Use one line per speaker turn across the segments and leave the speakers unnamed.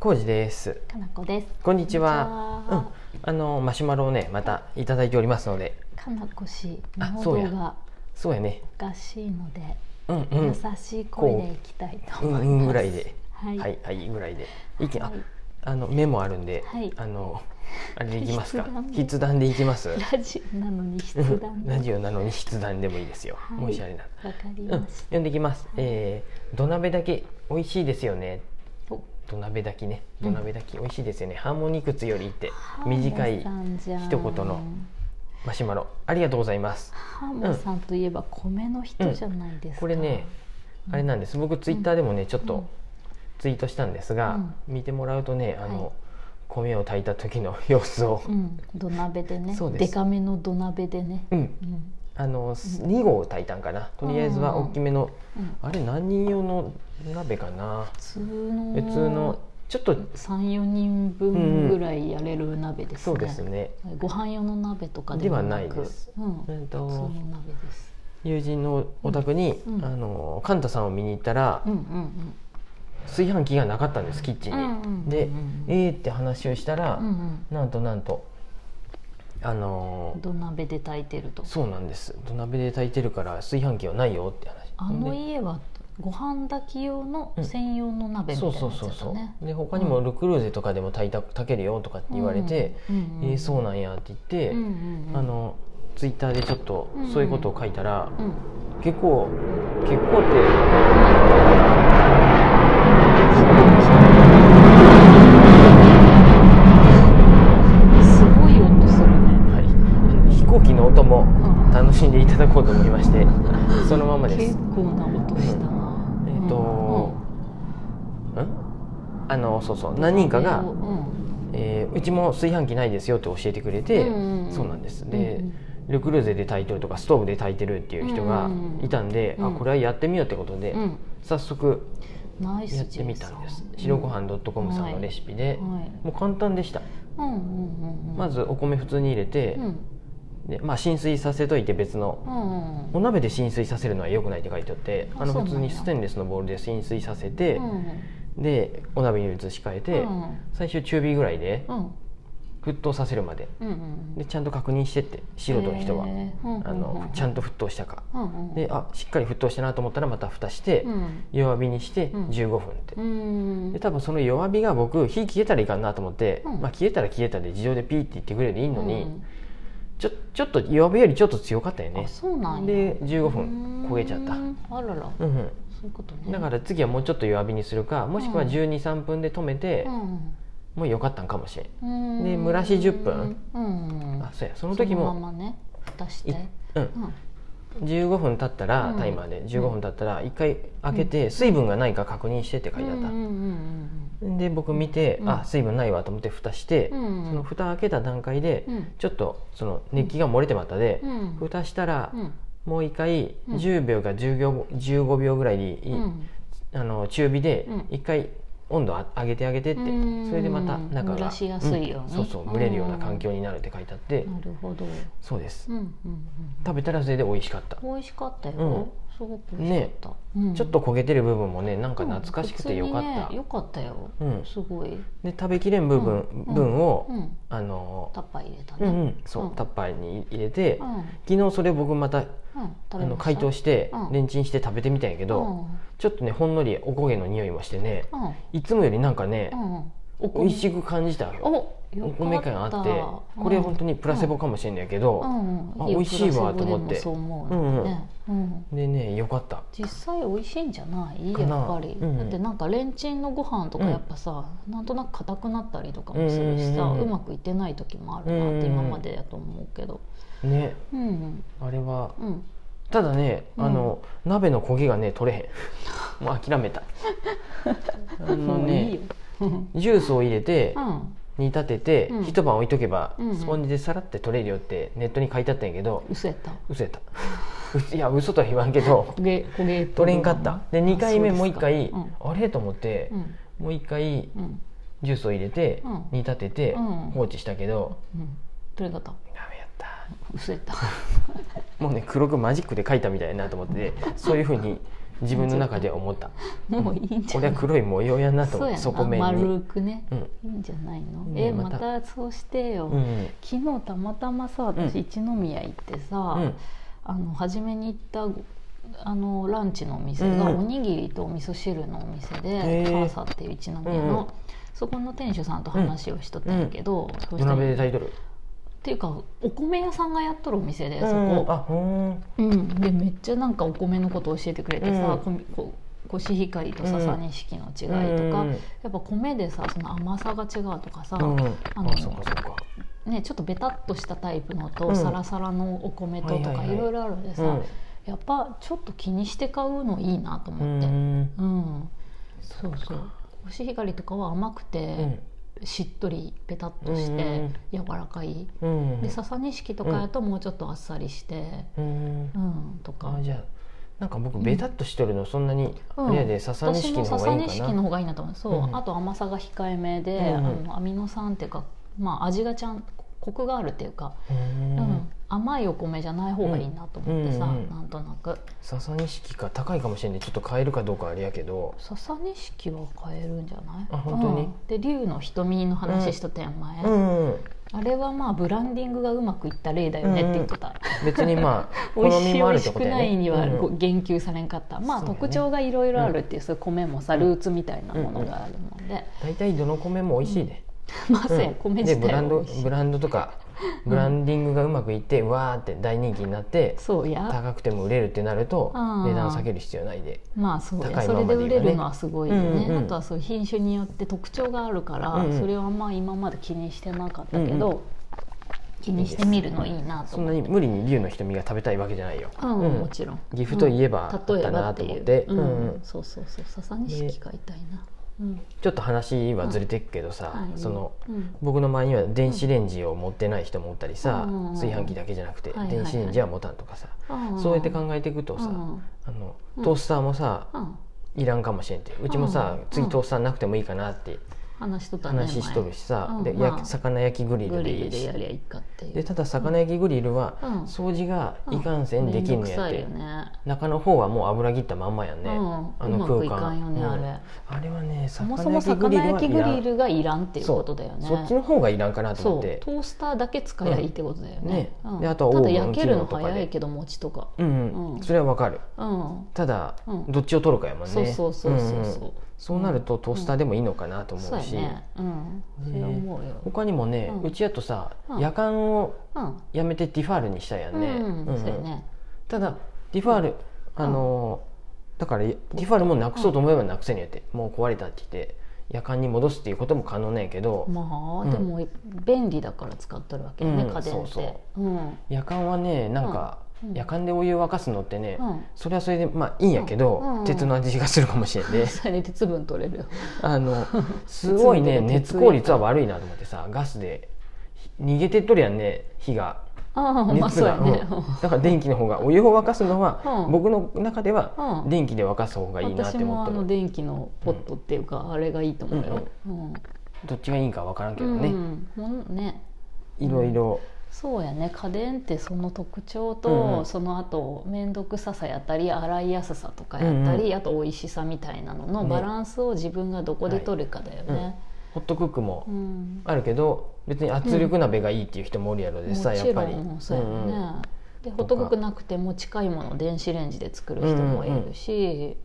コウジです。
かなこです。
こんにちは。
こんにちは
うん、あのマシュマロをね、またいただいておりますので、
かなこ氏、
あ
喉
そうや
が
そうやね。
おかしいので、
うんうん、
優しい声でいきたいと
うん
思います。
うんぐらいで、
はい。
はいはいぐらいで、意見あ
はい
あのメモあるんで、
はい
あのあれでいきますか。筆
筆
談でいきます。
ラジオなのに
う
筆
ん
談。
ラジオなのに筆談でもいいですよ。
はい
もしあれなら。
わかり
うん
まし、
読んでいきます。えー、土鍋だけ美味しいですよね。
た。お
土鍋だけね、
う
土
ん
鍋だけ美味しいですよね。ハーモニクツよりって短い
ハモさんじゃん
一言のマシュマロ、ありがとうございます。
ハモさんといえば米の人じゃないですか。
これね
うん
あれなんです僕ツイッターでもねちょっ
うん
とツイートしたんですが、見てもらうとねあの、
はい
米を炊いた時の様子を、
うん、土鍋でね
そう、です
でかめの土鍋でね。
うん
うん、
あの2合炊いたんかなとりあえずは
うん
大きめの、
うん、
あれ何人用の鍋かな
普通の
普通のちょっと
三四人分ぐらいやれる鍋ですね。
そうですね、
ご飯用の鍋とか
で
で
は
は
な
ないい
です。
うん、
え
普
っ
通の
と
鍋です。
友人のお宅に、
うん
あのカンタさんを見に行ったら、
うんうん
炊飯器がなかったんですキッチンに、
うんうんうんうん
でええー、って話をしたら、
うん。うん
なんとなんとあ
う
の
ん。土鍋で炊いてると。
そうなんです土鍋で炊いてるから炊飯器はないよって話
あの
で
家はご飯炊き用の
うん
専用の鍋みた
そ
いうな
そ
や
う
つ
そう
だ
そう、
ね。
で他にもルクルーゼとかでも炊いた炊けるよとかって言われて、
うんうん、
えーそうな
な
んやって言って、
うんうんうん、
あのツイッターでちょっと
うんうん
そういうことを書いたら、
うん、
結構結構って
すごい音するね。
はい飛行機の音も楽しんでいただこうと思いまして、そのままで
結
す
構な音したな。
えっ、と、うんあのそうそう何人かが、
うん
えーうちも炊飯器ないですよって教えてくれて、
うんうんうん
そうなんですで、
うんうん
ルクルーゼで炊いてるとかストーブで炊いてるっていう人がいたんで、
うんうんうん
あこれはやってみようってことで、
うん、
早速
ナイス
やってみたんです白ご
飯
飯 .com さんのレシピで、
はい、
もう簡単でした、
うんうんうんうん、
まずお米普通に入れて、
うん、
でまあ、浸水させといて別の、
うんうん
お鍋で浸水させるのは良くないって書いてあってあ
あそ
の
うなん
普
や
通にステンレスのボウルで浸水させて
う、ん
でお鍋に移し替えて、
うん
最終中火ぐらいで
うん
沸騰させるまで
うんうん
でちゃんと確認してって素人の人は、
へー
あ
うんうんう
の
ん
ちゃんと沸騰したか
うんうん
であしっかり沸騰したなと思ったらまた蓋して、
うん
弱火にして
うん
15分って、
うん
で多分その弱火が僕火消えたらいかんなと思って、
うん
まあ、消えたら消えたで自動でピーって言ってくれるでいいのに、ちょちょっと弱火よりちょっと強かったよ
うん、
ね
あそうなんや
で15分焦げちゃった
う
うん
んあららそ
う
う
ん
いうことね
だから次はもうちょっと弱火にするかもしくは
うん
123分で止めて、
うん
もうよかったんかもしれん
うん
で蒸らし10分
うんうん
あそうやその時も
そのままね蓋して
いうん
うん
15分経ったら、
うん
タイマーで15分経ったら一回開けて、水分がないか確認してって書いてあった、
うんうん
で僕見て、
うん
あ水分ないわと思って蓋して、
うんうん
その蓋開けた段階で、
うん
ちょっとその熱気が漏れてまったで、
うんうん
蓋したら、
うん
もう一回
うん
10秒か10秒15秒ぐらいに、
うん
あの中火で
うん
一回温度あ上げてあげてって、
うん
それでまた中が
蒸らしやすいように
んそうそう蒸れるような環境になるって書いてあって、
なるほど
そうです
うんうんうん
食べたらそれで美味しかった、
美味しかったよ、
うん
すごく美味しかった、うん
ちょっと焦げてる部分もねなんか懐かしくてよかっ
うん普通
た、
にね、よかったよ、
うん
すごい、
で食べきれん部分,、
うん
分を、
うん、
あの
タッパー入れた
う
ね、
んうん、そう、
うん
タッパーに入れて、
うんうん、
昨日それ僕またあ
食べ
の
ました
解凍して、
うん
レンチンして食べてみたんやけど、ちょっとねほんのりおこげの匂いもしてね
うんうん
いつもよりなんかね、
うんお
美味しく感じたよ
お
お
よか
米
った
感あってこれ本当にプラセボかもしれんやけ
う
ど、
んうん
あ
いよ
美味しいわと思って
プラセボでもそう思うよね、うん
でねよかった
実際美味しいんじゃない
かな
やっぱり、
うんうん
だってなんかレンチンのご飯とかやっぱさ、なんとなく硬くなったりとかもするしさ、
う
うん
うんうんうん
まくいってない時もあるなって今までやと思うけど
ね
うん
あれは
うん、うん、
ただね、
うん
あの鍋の焦げがね取れ へんもう諦めたあの
もういい
ね
よ、うん
ジュースを入れて、
うん、
煮立てて、
うん
一晩置いとけば、
うんうん
スポンジでさらって取れるよってネットに書いてあったんやけど
嘘やった
嘘やった嘘いや嘘とは言わんけど
焦げ焦げ
取れんかったで2回目もう1回、
うん
あれと思って、
うん
もう1回
うん
ジュースを入れて、
うん
煮立てて、
うん
放置したけど
うん取れんかった
ダメやった
嘘やった
もうね黒くマジックで書いたみたいやなと思ってそういうふうに自分の中で思った
もういいんじゃ
俺
ない
は黒い模様やなと
そう
思って
やな
そこ面に、
丸くね
うん
いいんじゃないの、
ね
え
ま
ま
た
たそうしてよ、
うん
昨日たまたまさ
うん
私一宮行ってさ、
うん
あの初めに行ったあのランチのお店が
うん
おにぎりとお味噌汁のお店
へ
で、
ー
パーサっていう一宮
うんうん
の、そこの店主さんと話をしとったんやけど、そ
土
うしたら
鍋で
っ
炊いとる
ていうかお米屋さんがやっとるお店でそ
うん
こ、
あうん
うんでめっちゃなんかお米のこと教えてくれてさ、こみこコシヒカリと
う
さ
ん
さにしきの違いとか、
うん
やっぱ米でさその甘さが違うとかさ、
うん
あの
あそうかそうか
ね、ちょっとベタっとしたタイプのと、
うん
サラサラのお米とと
はいは
か
いはい
いろいろあるんでさ、
うん
やっぱちょっと気にして買うのいいなと
う
思ってうん、
ん
そうそうコシヒカリとかは甘くて、しっとりベタっとし
う
て
ん
柔らかい、
うん
で笹錦とかやともうちょっとあっさりして、
うん
うんとか
あじゃあなんか僕ベタっとしとるのそんなに
うん
あれやで笹
私
錦の
も
方
笹
がいいんか
錦
な
の方がいいなと思うそう、
うん
あと甘さが控えめで、
うん
あのアミノ酸っていうか、まあ、味がちゃんコクがあるっていうか
う
うんん、甘いお米じゃない方がいいなと思ってさ、
うんうん
なんとなく
笹錦か高いかもしれないちょっと買えるかどうかあれやけど
笹錦は買えるんじゃない
あ本当に
うんで竜の瞳の話しとったやん前、
うん
あれはまあブランディングがうまくいった例だよねって言ってた、
別にまあ 好
美味しい
み
美
もある
味
って
し
こ
く
とや
な
ね
いに
う
は
ん
こう言及されんかった、まあ
そうやね
特徴がいろいろあるっていうそういう米もさルーツみたいなものがあるので、
大体どの米も美味しいで、
まあそうや
うん
米
で
自
ブラ
体
ン
も
ド
美味しい
ブランドとかブランディングがうまくいって、うわーって大人気になって
そうや
高くても売れるってなると
あー
値段を下げる必要ないで
まあそう
高
や
い
そ
ま
れ
ま
で
でいいよね
売れるのはすごいよね、
うんうん
あとはそういう品種によって特徴があるから、
うんうん
それはあんま今まで気にしてなかったけど、
うん
気にしてみるのいいなと
そん
思
な
っ
に
て
無理に竜の瞳が食べたいわけじゃないよ、
うん
うん
もちろん
岐阜といえば
う
あ
ん
ったなと思って、
例えばっていううん
うん
そうそうそう笹錦買いたいな、うん
ちょっと話はずれてっけどさ、
はい
その
うん
僕の前には電子レンジを持ってない人もおったりさ、
うん
炊飯器だけじゃなくて
はいはいはい
電子レンジは持たんとかさ、
ああ
そうやって考えていくとさ、
うん
あの
うん
トースターもさ、
うん
いらんかもしれんってうちもさ、
うん
次トースターなくてもいいかなって
話しとったね
話しとるしさ、
うん
で
まあ
焼き魚焼きグリル
前グ
でい
リル
い
で
し
やりゃいいかっていう
でただ魚焼きグリルは
うん
掃除が
うん
いかんせんできんの
めど
やっ
くさい
て
よね
中の方はもう油切ったまんまやんね、
うん
あ
う
の
まく
空
いか
間
んよね
うん
あれ
あれはね
そもそも魚焼きグリルがいらんっていうことだよね
そうそっちの方がいらんかなと
そ
思っ
う
て
トースターだけ使えばいいってことだよ
うんね
ね,うん、
であとは
た
オーブ
だ
ン
焼けるの
機能とかで
早いけど餅とか
うんうん
うん
それはわかる
うん
ただ、
うん
どっちを取るかやもんね
そうそうそうそうそ
ん
う、
んそうなるとトースターでもいいのかなと
そ
思う
うや
し、
ねうんそれ思うよ、
他にもね、う
うん
ちやとさ、
うん
夜間を
うん
やめてディファールにしたやんね、
うん
うん
そうやね
ただディファール、あのーだからディファールもなくそうと思えばなくせんやって、もう壊れたって言って夜間に戻すっていうことも可能なんやけど、
ま
うん
あでも便利だから使っとるわけよね、
うん
家電って
そうそ
うん
夜間はねなんか、
うん
夜間でお湯を沸かすのってね、
うん
それはそれでまあいいんやけど、
うんうん
鉄の味がするかもしれんで、
それで鉄分取れるよ
あ のすごいね
鉄の鉄
熱効率は悪いなと思ってさガスでひ逃げてっとるやんね火が
ああまあ
熱
そう
が、
やね、
うんだから電気の方がお湯を沸かすのは、
うん
僕の中では
うん
電気で沸かす方がいいなっ
私
て思
も
っ
あ
てる、
の電気のポットっていうか、あれがいいと思うよ、うん
どっちがいいんかわからんけ
う
ど
ん
ね、
ほんね
いろいろ
そうやね家電ってその特徴
うん
と、
うん
その後面倒くささやったり洗いやすさとかやったり、
うんう
あと美味しさみたいなのの
ね
バランスを自分がどこで取るかだよね、
はいホットクックも
うん
あるけど別に圧力鍋がいいっていう人もおるやろで
もち
さ、
ろん
やっぱり。
そうやね、
うんうん
でホットクックなくても近いものを電子レンジで作る人もいるし、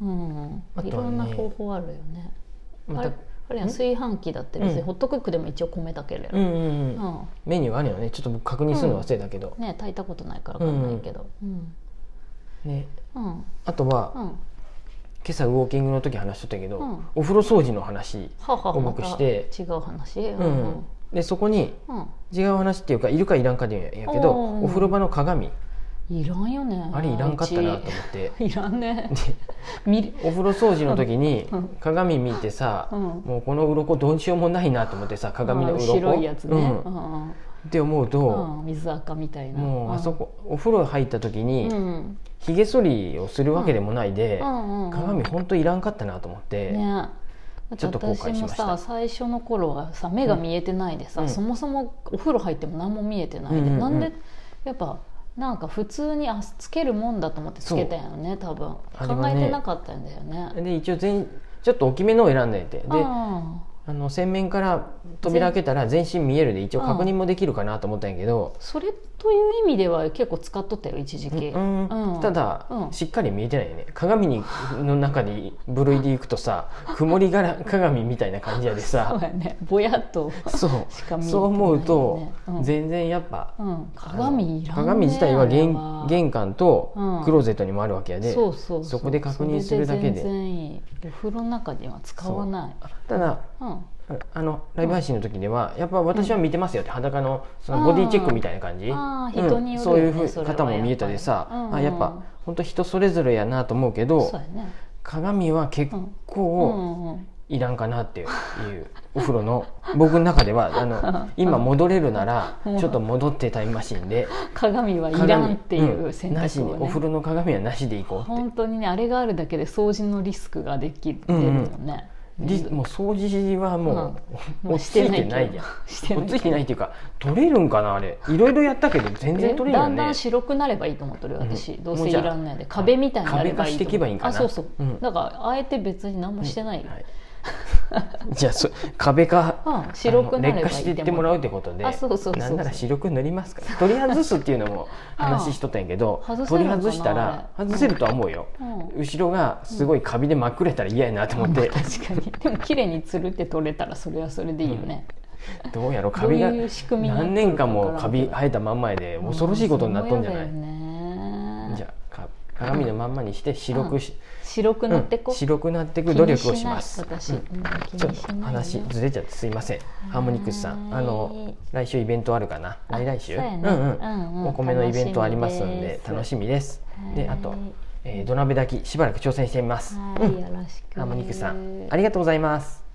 うん
あとはね
いろんな方法あるよね
ま
あ
た
れあれやん炊飯器だって別
う
に
ん
ホットクックでも一応米炊けるや、
うんんうんうん
うん
メニューがあるよねちょっと僕確認するの忘れたけど、
ね炊いたことないから分かんないけどうん
ね、
うん
あとは、
うんは
今朝ウォーキングの時話しとったけど、
うん
お風呂掃除の話、
あはあ
重くして
また違う話
う
うんん
でそこに
うん
違う話っていうかいるかいらんかで言うんやけど
おー
お風呂場の鏡
いらんよね
あれいらんかったなと思っ
う
て
ちいら んね見る
お風呂掃除の時に
うん
鏡見てさ、
うん
もうこの鱗どうしようもないなと思ってさ鏡の
あ
鱗
白いやつ
う
ね、
ん
う
っ
んうん
て思うと、
うん、水垢みたいな
もうあそ
こ
こお風呂入った時
う
に、
んうん
ひげ剃りをするわけでもないで、
うんうん、
鏡ほんといらんかったなと思って、
ねだって
ちょっと後悔しました
私もさ最初の頃はさ目が見えてないでさ、
うん
そもそもお風呂入っても何も見えてないで、
うんうんうん
なんでやっぱなんか普通にあつけるもんだと思ってつけたんやろね多分
あれ
考
は
え
ね
てなかったんだよね
で一応全ちょっと大きめのを選んでてで
ああ
あの洗面から扉開けたら全身見えるで一応確認もできるかなと思ったんやけど、
それという意味では結構使っとったよ一時期、
うん
うん
ただ、
うん
しっかり見えてないよね鏡にの中に部類でいくとさ曇りがら鏡みたいな感じやで
そう
さ
やねぼやっと
そう
しか見えてないよね
そう思うと、
うん
全然やっぱ
う
あ
ん、
の
鏡いらんね
鏡自体は
あれ
玄
は
玄関と
うん
クローゼットにもあるわけやで、
そうそうう
そこで確認するだけで
それ全然いいお風呂の中では使わない
ただ
う、ん、
あのライブ配信の時ではやっぱ私は見てますよって裸のそのボディチェックみたいな感じ、
あー
うん
人によるよね
そういうふう
それはやっぱ
方
り
も見えたでさ
うんうん
あやっぱ本当人それぞれやなと思うけど
そうやね
鏡は結
う
構
んうん
いらんかなっていういうお風呂の僕の中ではあ の今戻れるなら
うん
ちょっと戻ってタイムマシンで
鏡はいらんっていう選
なし
択
に
を
お
ね、
風呂の鏡はなしでいこうって
本当にねあれがあるだけで掃除のリスクができてるもんね、
リもう掃除はもう、
もう
落
し
ち着
て
い
ない
てない
けど
じゃん
してない
落ち着いてないっていうか取れるんかなあれいろいろやったけど全然取れる
だ
よ
ん
ね
だん白くなればいいと思ってるよ私、
うん
どうせいらんないで壁みたいになれば
壁化
いいと思う
していけばいいんかな
あそうそう、
うん
だからあえて別に何もしてない、
はいじゃあそ壁か、
うん白くなればい
あの
い
劣化していってもらうってことで
あそうそうそうそう
なんなら白く塗りますから取り外すっていうの も話しとったんやけど
ああ外せ
取
る
り
のかな
外したら
あれ
外せるとは思うよ、
うん
後ろがすごいカビでまくれたら嫌やなと思って、
確かにでも綺麗につるって取れたらそれはそれでいいよね、
どうやろカビが
どういう仕組みになっと
何
る
年間
か
も
わか
から
んけ
ビ
ど
生えたまんまやで恐ろしいことになっとんじゃない、
うんそうだよね
じゃあか鏡のまんまにして白くし、
白くなってこ、
う
うん
白くなっていく努力をします
私、
う
うんん、気
ちょっ
にし
と
ないよ
話ずれちゃってすいませんハーモニクスさん
はーい
あの来週イベントあるかな
あ
来来週
そうやね
ん
うんうん
お米のイベントありますんで楽
楽
し
し
みですであと
はい、
えー土鍋炊きしばらく挑戦してみます
は
う
い
ん
よろしく
ハーモニクスさんありがとうございます